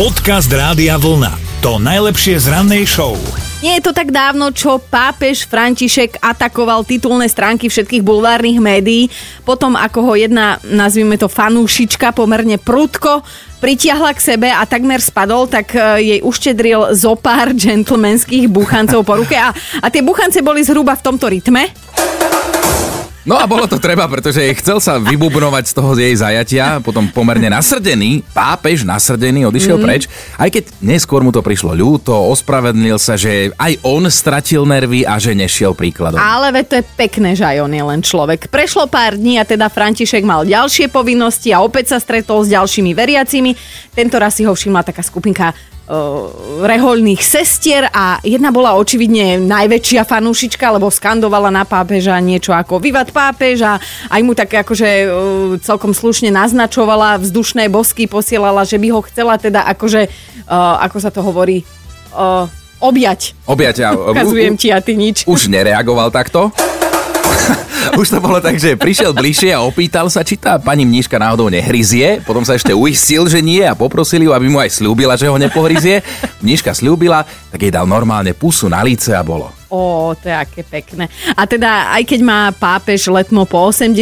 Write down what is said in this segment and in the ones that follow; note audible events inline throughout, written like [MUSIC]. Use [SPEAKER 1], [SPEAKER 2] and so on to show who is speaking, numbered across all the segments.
[SPEAKER 1] Podcast Rádia Vlna. To najlepšie z rannej show.
[SPEAKER 2] Nie je to tak dávno, čo pápež František atakoval titulné stránky všetkých bulvárnych médií, potom ako ho jedna, nazvime to fanúšička, pomerne prudko pritiahla k sebe a takmer spadol, tak e, jej uštedril zo pár džentlmenských buchancov po ruke a, a tie buchance boli zhruba v tomto rytme.
[SPEAKER 3] No a bolo to treba, pretože jej chcel sa vybubnovať z toho jej zajatia, potom pomerne nasrdený, pápež nasrdený odišiel
[SPEAKER 2] Mhm.
[SPEAKER 3] mm. preč, aj keď neskôr mu to prišlo ľúto, ospravedlnil sa, že aj on stratil nervy a že nešiel príkladom. A-
[SPEAKER 2] Ale veď to je pekné, že aj on je len človek. Prešlo pár dní a teda František mal ďalšie povinnosti a opäť sa stretol s ďalšími veriacimi. Tento raz si ho všimla taká skupinka eh, rehoľných sestier a jedna bola očividne najväčšia fanúšička, lebo skandovala na pápeža niečo ako Vivat pápež a aj mu tak akože eh, celkom slušne naznačovala, vzdušné bosky posielala, že by ho chcela teda akože, eh, ako sa to hovorí, eh, objať.
[SPEAKER 3] Objatia.
[SPEAKER 2] Ukazujem ti a ty nič.
[SPEAKER 3] Už nereagoval takto? [LAUGHS] Už to bolo tak, že prišiel bližšie a opýtal sa, či tá pani mníška náhodou nehryzie. Potom sa ešte uistil, že nie a poprosili ju, aby mu aj slúbila, že ho nepohryzie. Mníška slúbila, tak jej dal normálne pusu na líce a bolo.
[SPEAKER 2] Ó, to je aké pekné. A teda, aj keď má pápež letmo po 80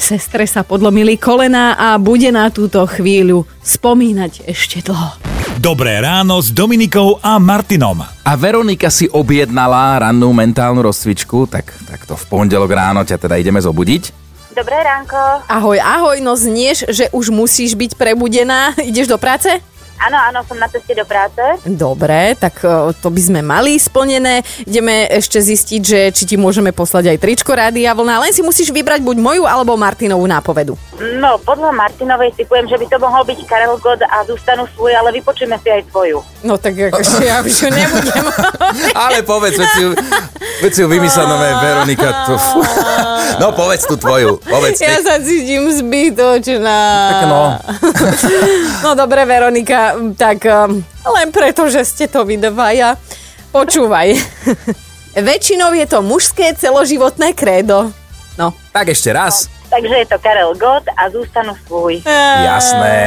[SPEAKER 2] sestre sa podlomili kolena a bude na túto chvíľu spomínať ešte dlho.
[SPEAKER 1] Dobré ráno s Dominikou a Martinom.
[SPEAKER 3] A Veronika si objednala rannú mentálnu rozcvičku, tak, tak to v pondelok ráno ťa teda ideme zobudiť.
[SPEAKER 4] Dobré ránko.
[SPEAKER 2] Ahoj, ahoj, no znieš, že už musíš byť prebudená. [LAUGHS] Ideš do práce?
[SPEAKER 4] Áno, áno, som na ceste do práce.
[SPEAKER 2] Dobre, tak e, to by sme mali splnené. Ideme ešte zistiť, že či ti môžeme poslať aj tričko Rádia Vlna, len si musíš vybrať buď moju alebo Martinovú nápovedu.
[SPEAKER 4] No, podľa Martinovej si poviem, že by to mohol byť Karel God a zostanú svoje, ale vypočujeme si aj tvoju.
[SPEAKER 2] No tak akože ja už ju nebudem. [LAUGHS]
[SPEAKER 3] Ale povedz, veď si, ju- veď si ju vymyslela nové Veronika. To, fú. No povedz tú tvoju, povedz.
[SPEAKER 2] Ja
[SPEAKER 3] nech-
[SPEAKER 2] sa cítim zbytočná.
[SPEAKER 3] Tak no.
[SPEAKER 2] [LAUGHS] no dobre, Veronika, tak um, len preto, že ste to vy dvaja. Počúvaj. [LAUGHS] Väčšinou je to mužské celoživotné krédo. No.
[SPEAKER 3] Tak ešte raz.
[SPEAKER 4] Takže je to Karel God a zostanú svoj.
[SPEAKER 3] Jasné,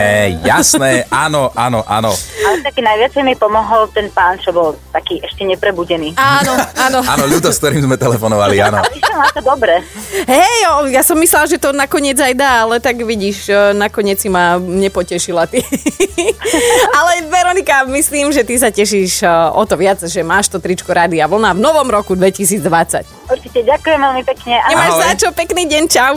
[SPEAKER 3] jasné, áno, áno, áno.
[SPEAKER 4] Ale taký najviac mi pomohol ten pán, čo bol taký ešte neprebudený.
[SPEAKER 2] Áno, áno.
[SPEAKER 3] Áno, ľudo, s ktorým sme telefonovali, áno.
[SPEAKER 4] Ale išlo na to dobre.
[SPEAKER 2] Hej, o, ja som myslela, že to nakoniec aj dá, ale tak vidíš, e, nakoniec si ma nepotešila ty. [LAUGHS] ale Veronika, myslím, že ty sa tešíš e, o to viac, že máš to tričko Rádia Vlna v novom roku 2020.
[SPEAKER 4] Určite ďakujem veľmi pekne.
[SPEAKER 2] Nemáš
[SPEAKER 3] Ahoj.
[SPEAKER 2] za čo, pekný deň, čau.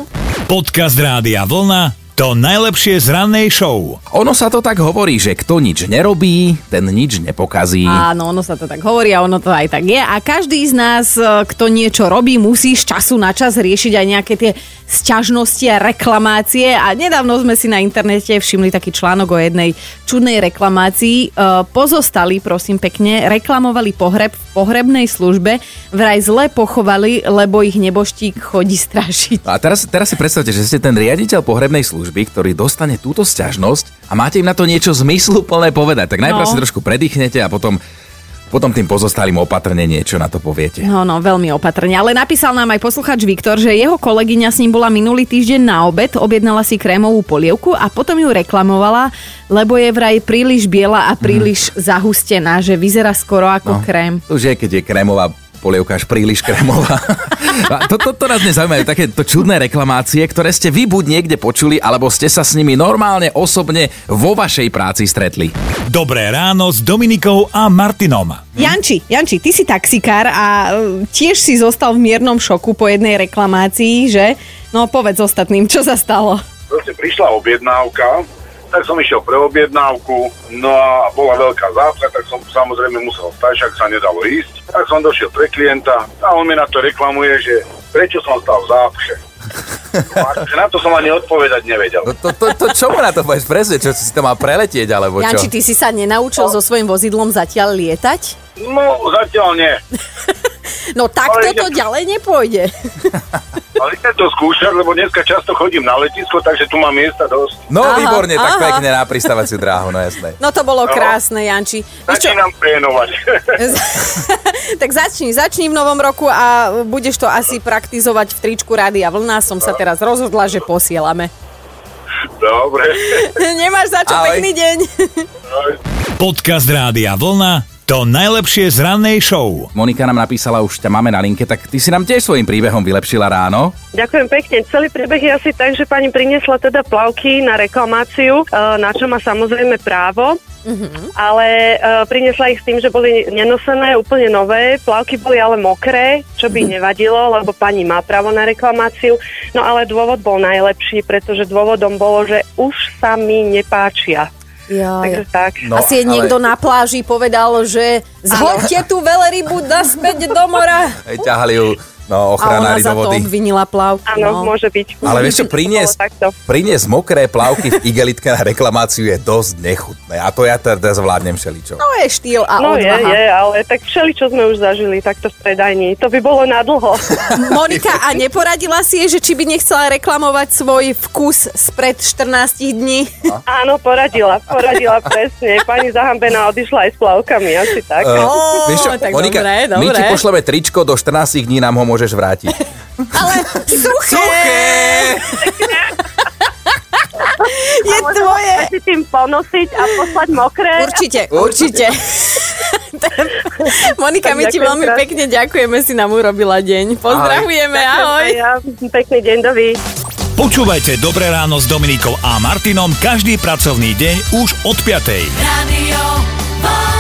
[SPEAKER 1] Podcast Rádia Vlna. To najlepšie z rannej show.
[SPEAKER 3] Ono sa to tak hovorí, že kto nič nerobí, ten nič nepokazí.
[SPEAKER 2] Áno, ono sa to tak hovorí a ono to aj tak je. A každý z nás, e, kto niečo robí, musí z času na čas riešiť aj nejaké tie sťažnosti a reklamácie. A nedávno sme si na internete všimli taký článok o jednej čudnej reklamácii. E, Pozostali, prosím pekne, reklamovali pohreb v pohrebnej službe. Vraj zle pochovali, lebo ich neboštík chodí [LAUGHS] strašiť.
[SPEAKER 3] A teraz, teraz si predstavte, že ste ten riaditeľ pohrebnej služby, ktorý dostane túto sťažnosť a máte im na to niečo zmysluplné povedať. Tak
[SPEAKER 2] No.
[SPEAKER 3] najprv si trošku predýchnete a potom, potom tým pozostalým opatrne niečo na to poviete.
[SPEAKER 2] No, no, veľmi opatrne. Ale napísal nám aj posluchač Viktor, že jeho kolegyňa s ním bola minulý týždeň na obed, objednala si krémovú polievku a potom ju reklamovala, lebo je vraj príliš biela a príliš zahustená, že vyzerá skoro ako no. krém.
[SPEAKER 3] To už je, keď je krémová polievka až príliš krémová. A to, to, to nás nezaujímajú, takéto čudné reklamácie, ktoré ste vy buď niekde počuli, alebo ste sa s nimi normálne osobne vo vašej práci stretli.
[SPEAKER 1] Dobré ráno s Dominikou a Martinom.
[SPEAKER 2] Janči, Janči, ty si taxikár a e, tiež si zostal v miernom šoku po jednej reklamácii, že? No povedz ostatným, čo sa stalo?
[SPEAKER 5] proste prišla objednávka, tak som išiel pre objednávku, no a bola veľká zápcha, tak som samozrejme musel stať, však sa nedalo ísť. Tak som došiel pre klienta a on mi na to reklamuje, že prečo som stal v zápche. No, akože na to som ani odpovedať nevedel.
[SPEAKER 3] To, to, to, to čomu na to povieš presne? Čo si to má preletieť, alebo čo?
[SPEAKER 2] Janči, ty si sa nenaučil so svojím vozidlom zatiaľ lietať?
[SPEAKER 5] No, zatiaľ nie.
[SPEAKER 2] No takto
[SPEAKER 5] Ale
[SPEAKER 2] to ďalej nepôjde. [LAUGHS]
[SPEAKER 5] Ale idem to skúšať, lebo dneska často chodím na letisko, takže tu mám miesta dosť.
[SPEAKER 3] No
[SPEAKER 2] Aha,
[SPEAKER 3] výborne, tak
[SPEAKER 2] aha.
[SPEAKER 3] pekne na pristávaciu dráhu, no jasné.
[SPEAKER 2] No to bolo
[SPEAKER 5] No.
[SPEAKER 2] krásne, Janči. Vieš čo?
[SPEAKER 5] Začínam trénovať. [LAUGHS]
[SPEAKER 2] [LAUGHS] tak začni, začni v novom roku a budeš to asi praktizovať v tričku Rádia Vlna. Som sa teraz rozhodla, že posielame.
[SPEAKER 5] Dobre.
[SPEAKER 2] [LAUGHS] Nemáš za čo,
[SPEAKER 3] Ahoj.
[SPEAKER 2] pekný deň.
[SPEAKER 1] Podcast Rádia Vlna to najlepšie z rannej show.
[SPEAKER 3] Monika nám napísala, už ťa máme na linke, tak ty si nám tiež svojim príbehom vylepšila ráno.
[SPEAKER 6] Ďakujem pekne. Celý príbeh je asi tak, že pani priniesla teda plavky na reklamáciu, e, na čo má samozrejme právo.
[SPEAKER 2] Mhm.
[SPEAKER 6] Mm-hmm. Ale e, priniesla ich s tým, že boli nenosené, úplne nové, plavky boli ale mokré,
[SPEAKER 2] Mhm.
[SPEAKER 6] čo by nevadilo, lebo pani má právo na reklamáciu. No ale dôvod bol najlepší, pretože dôvodom bolo, že už sa mi nepáčia.
[SPEAKER 2] [LAUGHS]
[SPEAKER 6] Takže tak.
[SPEAKER 3] No,
[SPEAKER 2] Asi je
[SPEAKER 3] ale-
[SPEAKER 2] niekto na pláži povedal, že zhoďte tú velerybu naspäť do mora.
[SPEAKER 3] Hej, ťahali ju
[SPEAKER 2] A ona
[SPEAKER 3] no, ochranári
[SPEAKER 2] za
[SPEAKER 3] do
[SPEAKER 2] to
[SPEAKER 3] vody.
[SPEAKER 2] obvinila plavku. no.
[SPEAKER 6] Áno, môže byť.
[SPEAKER 3] Ale vieš čo,
[SPEAKER 2] [LAUGHS]
[SPEAKER 3] priniesť,
[SPEAKER 6] Bolo takto.
[SPEAKER 3] priniesť mokré plavky v igelitke na reklamáciu je dosť nechutné. A to ja teda zvládnem všeličo.
[SPEAKER 2] To je štýl a
[SPEAKER 6] No je,
[SPEAKER 2] odvaha.
[SPEAKER 6] je, ale tak všeli, čo sme už zažili takto v predajni, to by bolo na dlho.
[SPEAKER 2] [LAUGHS]
[SPEAKER 3] [LAUGHS]
[SPEAKER 2] Monika, a neporadila si je, že či by nechcela reklamovať svoj vkus spred 14 dní? [LAUGHS]
[SPEAKER 6] Áno, poradila, poradila presne. Pani zahambená odišla aj s plavkami, asi tak.
[SPEAKER 2] Ó,
[SPEAKER 3] No, vieš čo,
[SPEAKER 2] no, tak
[SPEAKER 3] Monika,
[SPEAKER 2] dobre,
[SPEAKER 3] my ti
[SPEAKER 2] dobre.
[SPEAKER 3] pošleme tričko, do 14 dní nám ho môžeš vrátiť.
[SPEAKER 2] Ale suché je tvoje.
[SPEAKER 6] si tým ponosiť a poslať mokré.
[SPEAKER 2] Určite,
[SPEAKER 6] [LAUGHS]
[SPEAKER 2] určite. Monika, my ti
[SPEAKER 6] Ďakujem
[SPEAKER 2] veľmi
[SPEAKER 6] krásne.
[SPEAKER 2] pekne ďakujeme, si nám urobila deň. Pozdravujeme, ahoj.
[SPEAKER 6] Ja, pekný deň, dovi.
[SPEAKER 1] Počúvajte Dobré ráno s Dominikou a Martinom každý pracovný deň už od 5.
[SPEAKER 7] Radio Vlna.